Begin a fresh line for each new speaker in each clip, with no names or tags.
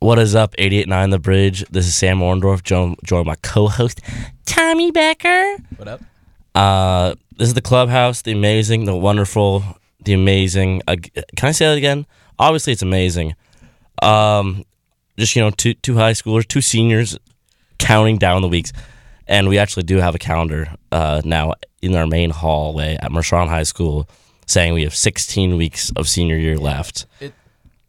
What is up, 889 The Bridge? This is Sam Orndorff, joined, joined by my co host, Tommy Becker.
What up?
Uh, this is the clubhouse, the amazing, the wonderful, the amazing. Uh, can I say that again? Obviously, it's amazing. Um, just, you know, two, two high schoolers, two seniors counting down the weeks. And we actually do have a calendar uh, now in our main hallway at Mershon High School saying we have 16 weeks of senior year left.
It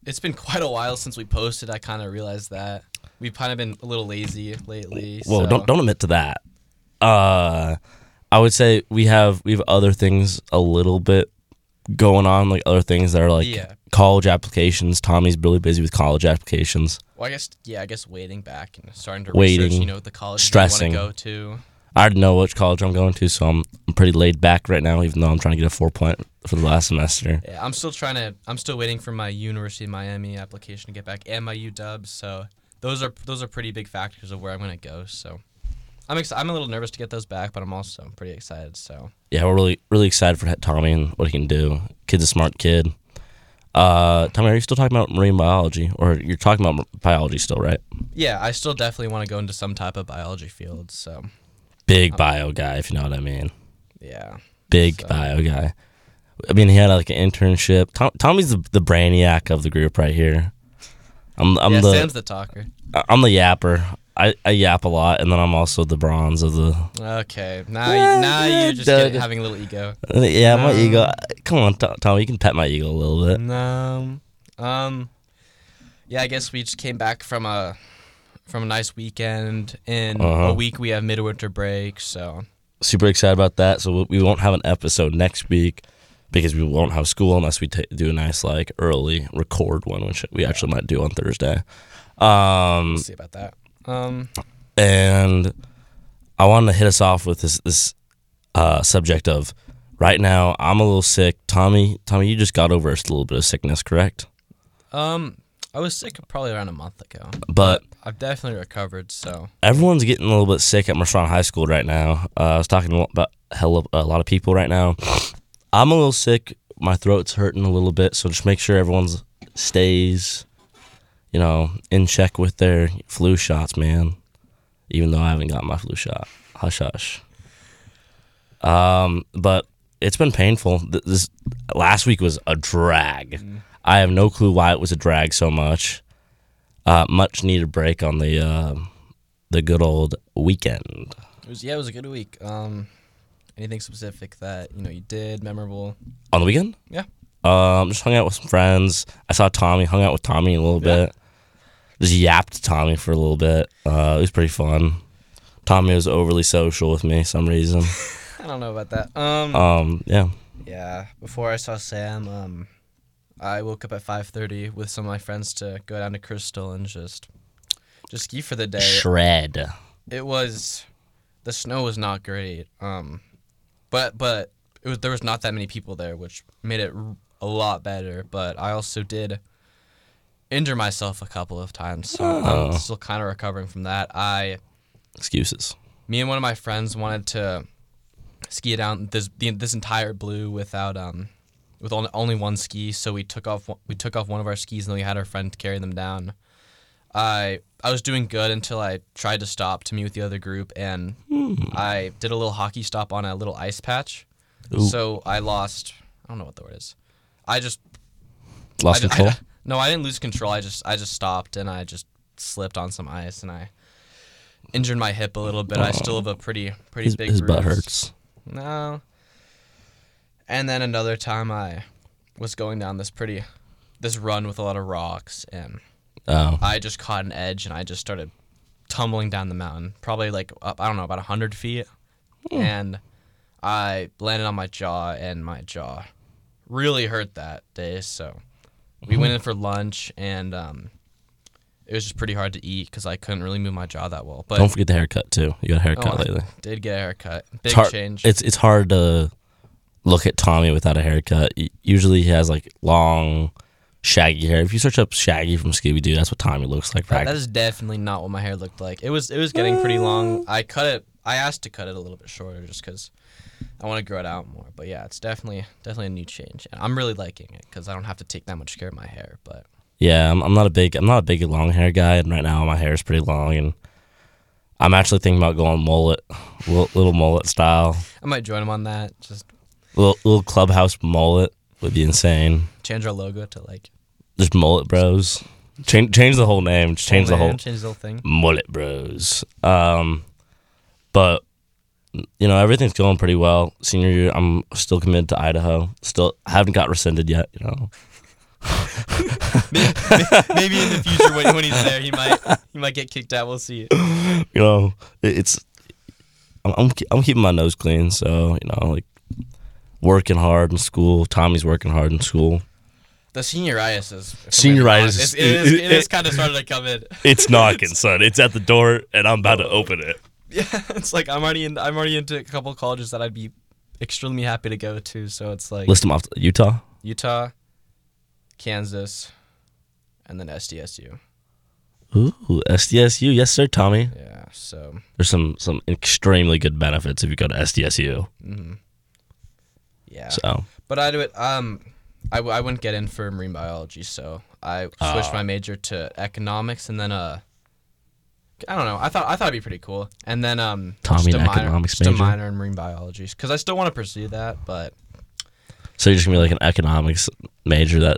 it's been quite a while since we posted. I kind of realized that we've kind of been a little lazy lately.
Well,
so-
don't don't admit to that. Uh, I would say we have we have other things a little bit going on, like other things that are like
Yeah.
college applications. Tommy's really busy with college applications.
Well, I guess yeah. I guess waiting back and starting to
Waiting.
research. You know the college you wanna
Stressing.
go to.
I already know which college I'm going to, so I'm, I'm pretty laid back right now, even though I'm trying to get a four point for the last semester.
Yeah, I'm still trying to. I'm still waiting for my University of Miami application to get back and my UW. So those are those are pretty big factors of where I'm gonna go. So I'm ex- I'm a little nervous to get those back, but I'm also pretty excited. So
Yeah, we're really really excited for Tommy and what he can do. Kid's a smart kid. Uh, Tommy, are you still talking about marine biology, or you're talking about biology still, right?
yeah, I still definitely want to go into some type of biology field. So Uh,
Big bio guy, if you know what I mean.
yeah.
big
So-
bio guy. I mean, he had like an internship. Tom, Tommy's the, the brainiac of the group right here. I'm I'm
yeah,
the
Sam's the talker.
I'm the yapper. I, I yap a lot, and then I'm also the bronze of the.
Okay, now
Yeah,
you, now
yeah,
you're just getting,
dude.
having a little ego.
Yeah, my
No.
ego. Come on, Tom, Tommy, you can pet my ego a little bit.
No, um, yeah, I guess we just came back from a from a nice weekend. In
Uh-huh.
a week, we have midwinter break, so
Super excited about that. So we- we won't have an episode next week because we won't have school unless we ta do a nice like early record one, which we actually might do on Thursday. Um,
we'll see about that. Um,
and I wanted to hit us off with this this uh, subject of right now I'm a little sick. Tommy, Tommy, you just got over a little bit of sickness, correct?
um, I was sick probably around a month ago.
But
I've definitely recovered, so
everyone's getting a little bit sick at Mershon High School right now. Uh, I was talking to a lot about hell a lot of people right now. I'm a little sick. My throat's hurting a little bit, so just make sure everyone's stays, you know, in check with their flu shots, man. Even though I haven't got my flu shot, hush hush. Um, but it's been painful. Th- This last week was a drag. I have no clue why it was a drag so much. Uh, much needed break on the uh, the good old weekend.
it was yeah, it was a good week. Um, anything specific that you know you did memorable?
On the weekend,
Yeah,
um, just hung out with some friends. I saw Tommy, hung out with Tommy a little
Yeah.
bit. Just yapped to Tommy for a little bit. Uh, it was pretty fun. Tommy was overly social with me for some reason.
I don't know about that. Um,
Um, yeah.
Yeah, before I saw Sam, um, I woke up at 5:30 with some of my friends to go down to Crystal and just just ski for the day.
Shred.
It was the snow was not great. Um, but but it was there was not that many people there, which made it r- a lot better. But I also did injure myself a couple of times, so
Oh.
I'm still kind of recovering from that. I
Excuses.
me and one of my friends wanted to ski down this the, this entire blue without um with on- only one ski so we took off one- we took off one of our skis and we had our friend carry them down i i was doing good until i tried to stop to meet with the other group and i did a little hockey stop on a little ice patch
Ooh.
so i lost i don't know what the word is i just
Lost
I d- I
control.
d- no, I didn't lose control. I just I just stopped and I just slipped on some ice and I injured my hip a little bit. I still have a pretty pretty
His,
big
his butt
bruise.
hurts.
No. And then another time I was going down this pretty this run with a lot of rocks and
Oh.
I just caught an edge and I just started tumbling down the mountain, probably like up, I don't know about hundred feet,
Hmm.
and I landed on my jaw and my jaw really hurt that day. So we
Hmm.
went in for lunch and um, it was just pretty hard to eat because I couldn't really move my jaw that well. But
Don't forget the haircut too. You got a haircut
oh, I
lately.
did get a haircut, big
it's hard,
change.
It's it's hard to look at Tommy without a haircut. Y- Usually he has like long, shaggy hair. If you search up Shaggy from Scooby Doo, that's what Tommy looks like.
That-
Right?
that is definitely not what my hair looked like. It was it was getting pretty long. I cut it. I asked to cut it a little bit shorter just because I want to grow it out more. But yeah, it's definitely definitely a new change, and I'm really liking it because I don't have to take that much care of my hair. But
Yeah, I'm, I'm not a big I'm not a big long hair guy, and right now my hair is pretty long, and I'm actually thinking about going mullet, little, little mullet style,
I might join him on that. Just
little, little clubhouse mullet would be insane.
change our logo to like
Just mullet bros. Change change the whole name. Just change the
man,
whole
change the whole thing.
mullet bros. Um, but you know everything's going pretty well. Senior year, I'm still committed to Idaho. Still haven't got rescinded yet. You know,
Maybe in the future when, when he's there, he might he might get kicked out. We'll see.
you know it- it's. I'm I'm, ke- I'm keeping my nose clean, so you know like working hard in school. Tommy's working hard in school.
The senioritis is if I'm
Senioritis
honest,
is-
It it is,
it-
it is
it-
kind of starting to come in.
It's knocking, son. It's at the door, and I'm about to open it.
Yeah, it's like I'm already in. I'm already into a couple colleges that I'd be extremely happy to go to. So it's like
List them off. Utah.
Utah, Kansas, and then SDSU.
Ooh, SDSU. Yes, sir, Tommy.
Yeah. So
There's some some extremely good benefits if you go to SDSU.
yeah.
So
But I do it. Um, I, w- I wouldn't get in for marine biology, so I switched
Ah.
my major to economics, and then uh, I don't know. I thought I thought it'd be pretty cool, and then um,
Tommy,
just a
an
minor,
economics
just a
major?
minor in marine biology, because I still want to pursue that, but
So you're just gonna be like an economics major that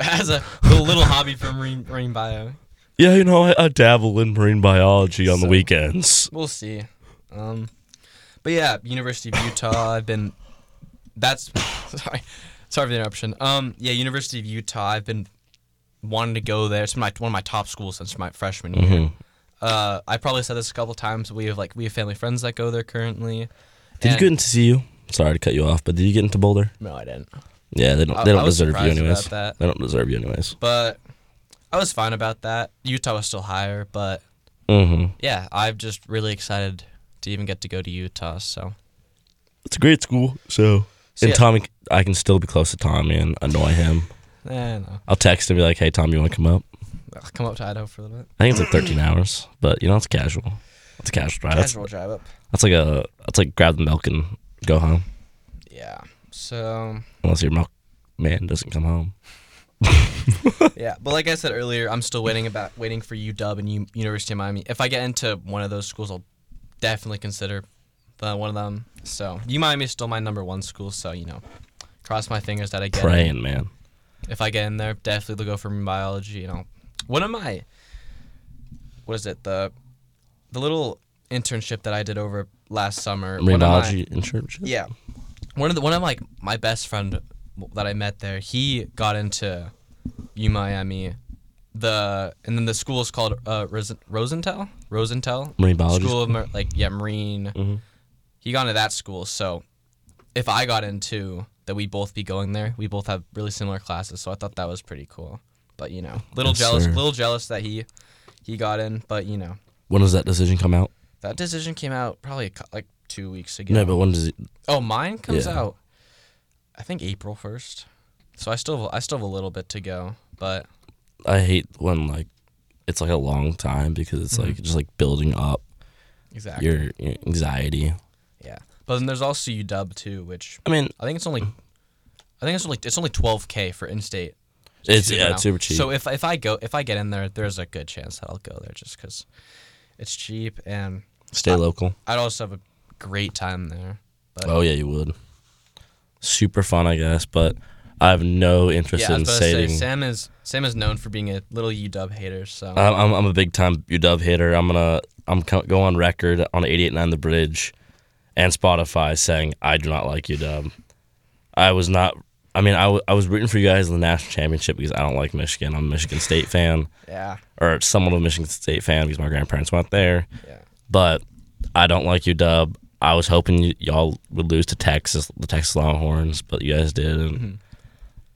as a little, little hobby for marine marine bio,
Yeah, you know, I, I dabble in marine biology on the
So-
weekends.
we'll see. Um, but yeah, University of Utah. I've been. That's sorry, sorry for the interruption. Um, yeah, University of Utah. I've been wanting to go there. It's my one of my top schools since my freshman year.
Mm-hmm.
Uh, I probably said this a couple times. We have like we have family friends that go there currently.
Did you
And-
get into CU? Sorry to cut you off, but did you get into Boulder?
No, I didn't.
Yeah, they don't
I-
they
I
don't
was
deserve you
surprised about
anyways.
that.
They don't deserve you anyways.
But I was fine about that. Utah was still higher, but
Mm-hmm.
yeah, I'm just really excited to even get to go to Utah. So
It's a great school, so
So,
and
yeah.
Tommy, I can still be close to Tommy and annoy him.
eh, no.
I'll text him and be like, "Hey, Tom, you want to come up?"
I'll come up to Idaho for a little bit.
I think it's like 13 hours, but you know, it's casual. It's a casual drive. That's,
Casual drive up.
that's like a that's like grab the milk and go home,
Yeah. So
unless your milk man doesn't come home.
yeah, but like I said earlier, I'm still waiting about waiting for UW and U- University of Miami. If I get into one of those schools, I'll definitely consider the, one of them. So U Miami is still my number one school. So you know, cross my fingers that I get. in.
Praying, man.
If I get in there, definitely they'll go for biology. You know, what am I? What is it the the little internship that I did over last summer?
Marine
one of my-
biology internship.
Yeah. One of the one of like my best friend that I met there, he got into U Miami. The and then the school is called uh, Rosen- Rosenthal. Rosenthal
Marine biology.
School of Mar- like yeah Marine.
Mhm.
He got into that school, so if I got into that, we'd both be going there. We both have really similar classes, so I thought that was pretty cool. But you know, little
Yes,
jealous,
sir.
little jealous that he he got in. But you know,
When does that decision come out?
that decision came out probably a cou- like two weeks ago.
No, but when does it?
Oh, mine comes
Yeah.
out. I think April first. So I still have, I still have a little bit to go, but
I hate when like it's like a long time because it's like just like building up
Mm-hmm. exactly.
your, your anxiety.
yeah. But then there's also UW too, which
I mean,
I think it's only I think it's only it's only 12k for in-state.
it's
student
yeah,
now.
it's super cheap.
So if if I go if I get in there, there's a good chance that I'll go there just cuz it's cheap and
Stay local.
I'd also have a great time there. But
Oh yeah, you would. Super fun, I guess, but I have no interest
yeah, I was
in
about to say
saving.
Sam is Sam is known for being a little UW hater, so
I'm, I'm I'm a big time UW hater. I'm gonna I'm co- go on record on 88.9 The Bridge and Spotify saying I do not like UW. I was not. I mean, I, w- I was rooting for you guys in the national championship because I don't like Michigan. I'm a Michigan State fan,
yeah.
or somewhat of a Michigan State fan because my grandparents went there.
Yeah.
But I don't like UW. I was hoping y- y'all would lose to Texas, the Texas Longhorns, but you guys did. And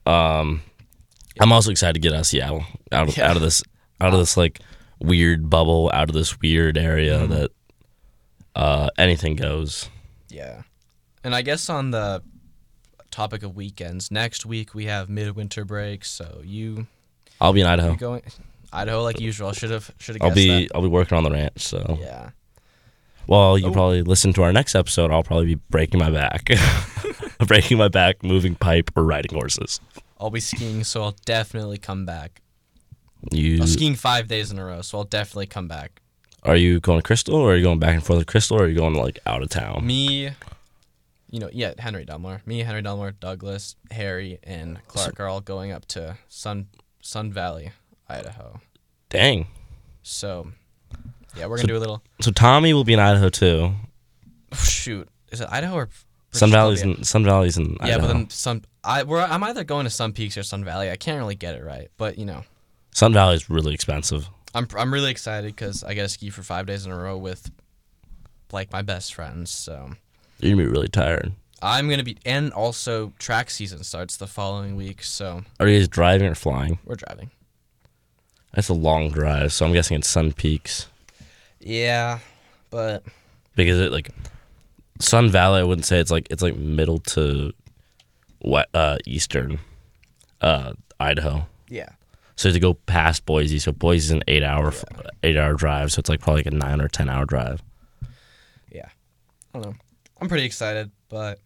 Mm-hmm.
um, I'm also excited to get out of Seattle, out of,
Yeah.
out of this, out of this like weird bubble, out of this weird area
Mm-hmm.
that uh, anything goes.
Yeah. And I guess on the topic of weekends, next week we have midwinter break, so you
I'll be in
you
Idaho.
going Idaho like usual. I should have should have
I'll
guessed
be I'll be working on the ranch. So
that. Yeah.
well, you
Oh.
probably listen to our next episode. I'll probably be breaking my back, breaking my back, moving pipe, or riding horses.
I'll be skiing, so I'll definitely come back.
You
I'm skiing five days in a row, so I'll definitely come back.
are you going to Crystal, or are you going back and forth to Crystal, or are you going like out of town?
Me, you know, yeah, Henry Dunmore. Me, Henry Dunmore, Douglas, Harry, and Clark are all going up to Sun Sun Valley, Idaho.
Dang.
So, yeah, we're gonna do a little.
So Tommy will be in Idaho too.
Shoot, is it Idaho or British
Sun Valley's
Columbia?
in Sun Valley's in
Yeah,
Idaho.
but then some. I we're, I'm either going to Sun Peaks or Sun Valley. I can't really get it right, but you know,
Sun Valley's really expensive.
I'm I'm really excited because I get to ski for five days in a row with, like, my best friends. So
You're gonna be really tired.
I'm gonna be, and also track season starts the following week, so
Are you guys driving or flying?
we're driving.
That's a long drive, so I'm guessing it's Sun Peaks
Yeah, but
because it like Sun Valley. I wouldn't say it's like it's like middle to what uh, eastern uh, Idaho.
yeah,
So to go past Boise, so Boise's an eight hour eight hour drive, so it's like probably like a nine or ten hour drive.
yeah. I don't know. I'm pretty excited, but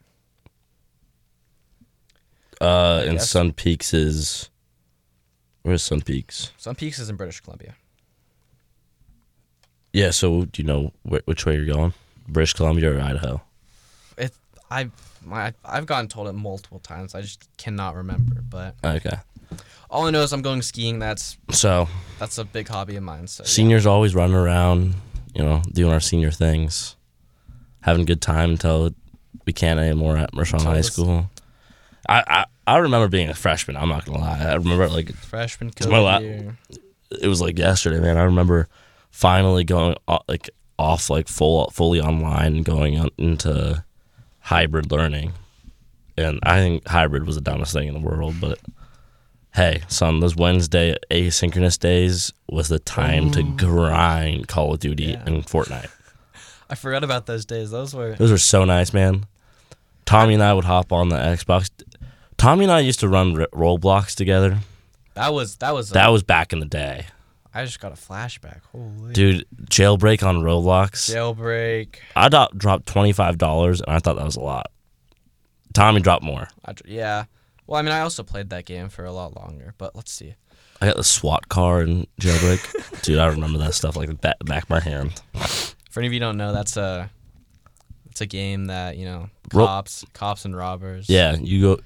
Uh, and
guess.
Sun Peaks is where's Sun Peaks?
Sun Peaks is in British Columbia.
Yeah. So do you know wh- which way you're going? British Columbia or Idaho?
It I my I've gotten told it multiple times. I just cannot remember, but
Okay.
all I know is I'm going skiing. That's
So
that's a big hobby of mine. So yeah.
seniors always running around, you know, doing our senior things, having a good time until we can't anymore at Mershon
Until
High
this-
School. I, I I remember being a freshman. I'm not gonna lie. I remember like
freshman
my
COVID
la-
year.
it was like yesterday, man. I remember finally going o- like off like full fully online and going on into hybrid learning. And I think hybrid was the dumbest thing in the world, but hey, son, those Wednesday asynchronous days was the time to grind Call of Duty
Yeah.
and Fortnite.
I forgot about those days. Those were
Those were so nice, man. Tommy and I would hop on the Xbox. Tommy and I used to run R- Roblox together.
that was that was. a-
That was back in the day.
I just got a flashback. Holy
Dude, jailbreak on Roblox.
jailbreak.
I do- dropped twenty five dollars, and I thought that was a lot. Tommy dropped more.
I dr- yeah. Well, I mean, I also played that game for a lot longer, but let's see.
I got the SWAT car and jailbreak, dude. I remember that stuff like the back, back of my hand.
For any of you who don't know, that's a it's a game that you know
Ro-
cops, cops and robbers.
Yeah, you go,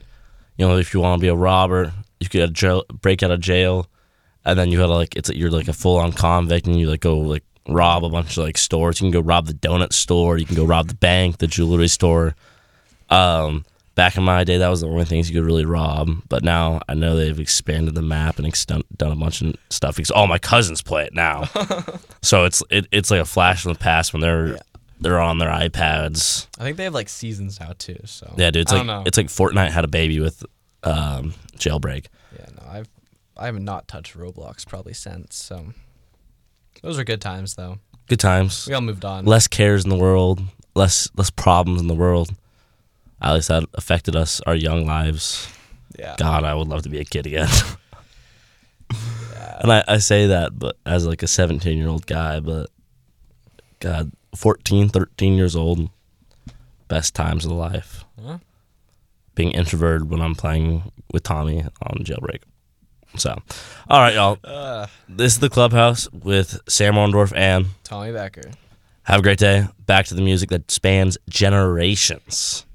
you know, if you want to be a robber, you could jail, break out of jail, and then you gotta like it's you're like a full on convict, and you like go like rob a bunch of like stores. You can go rob the donut store. You can go rob the bank, the jewelry store. Um, back in my day, that was the only things you could really rob. But now I know they've expanded the map and extend, done a bunch of stuff because all my cousins play it now. so it's it, it's like a flash in the past when they're they're on their iPads.
I think they have like seasons now too. So
Yeah, dude, it's
I
like
don't know.
it's like Fortnite had a baby with um, jailbreak.
yeah, no, I've I have not touched Roblox probably since. So those were good times though.
Good times.
We all moved on.
Less cares in the world. Less less problems in the world. At least that affected us, our young lives.
yeah,
God, I would love to be a kid again. and I, I say that, but as like a 17 year old guy, but God, 14, 13 years old, best times of life.
Yeah.
Being introverted when I'm playing with Tommy on jailbreak. So, all right, y'all.
Uh,
This is the clubhouse with Sam Orndorff and
Tommy Becker.
have a great day. Back to the music that spans generations.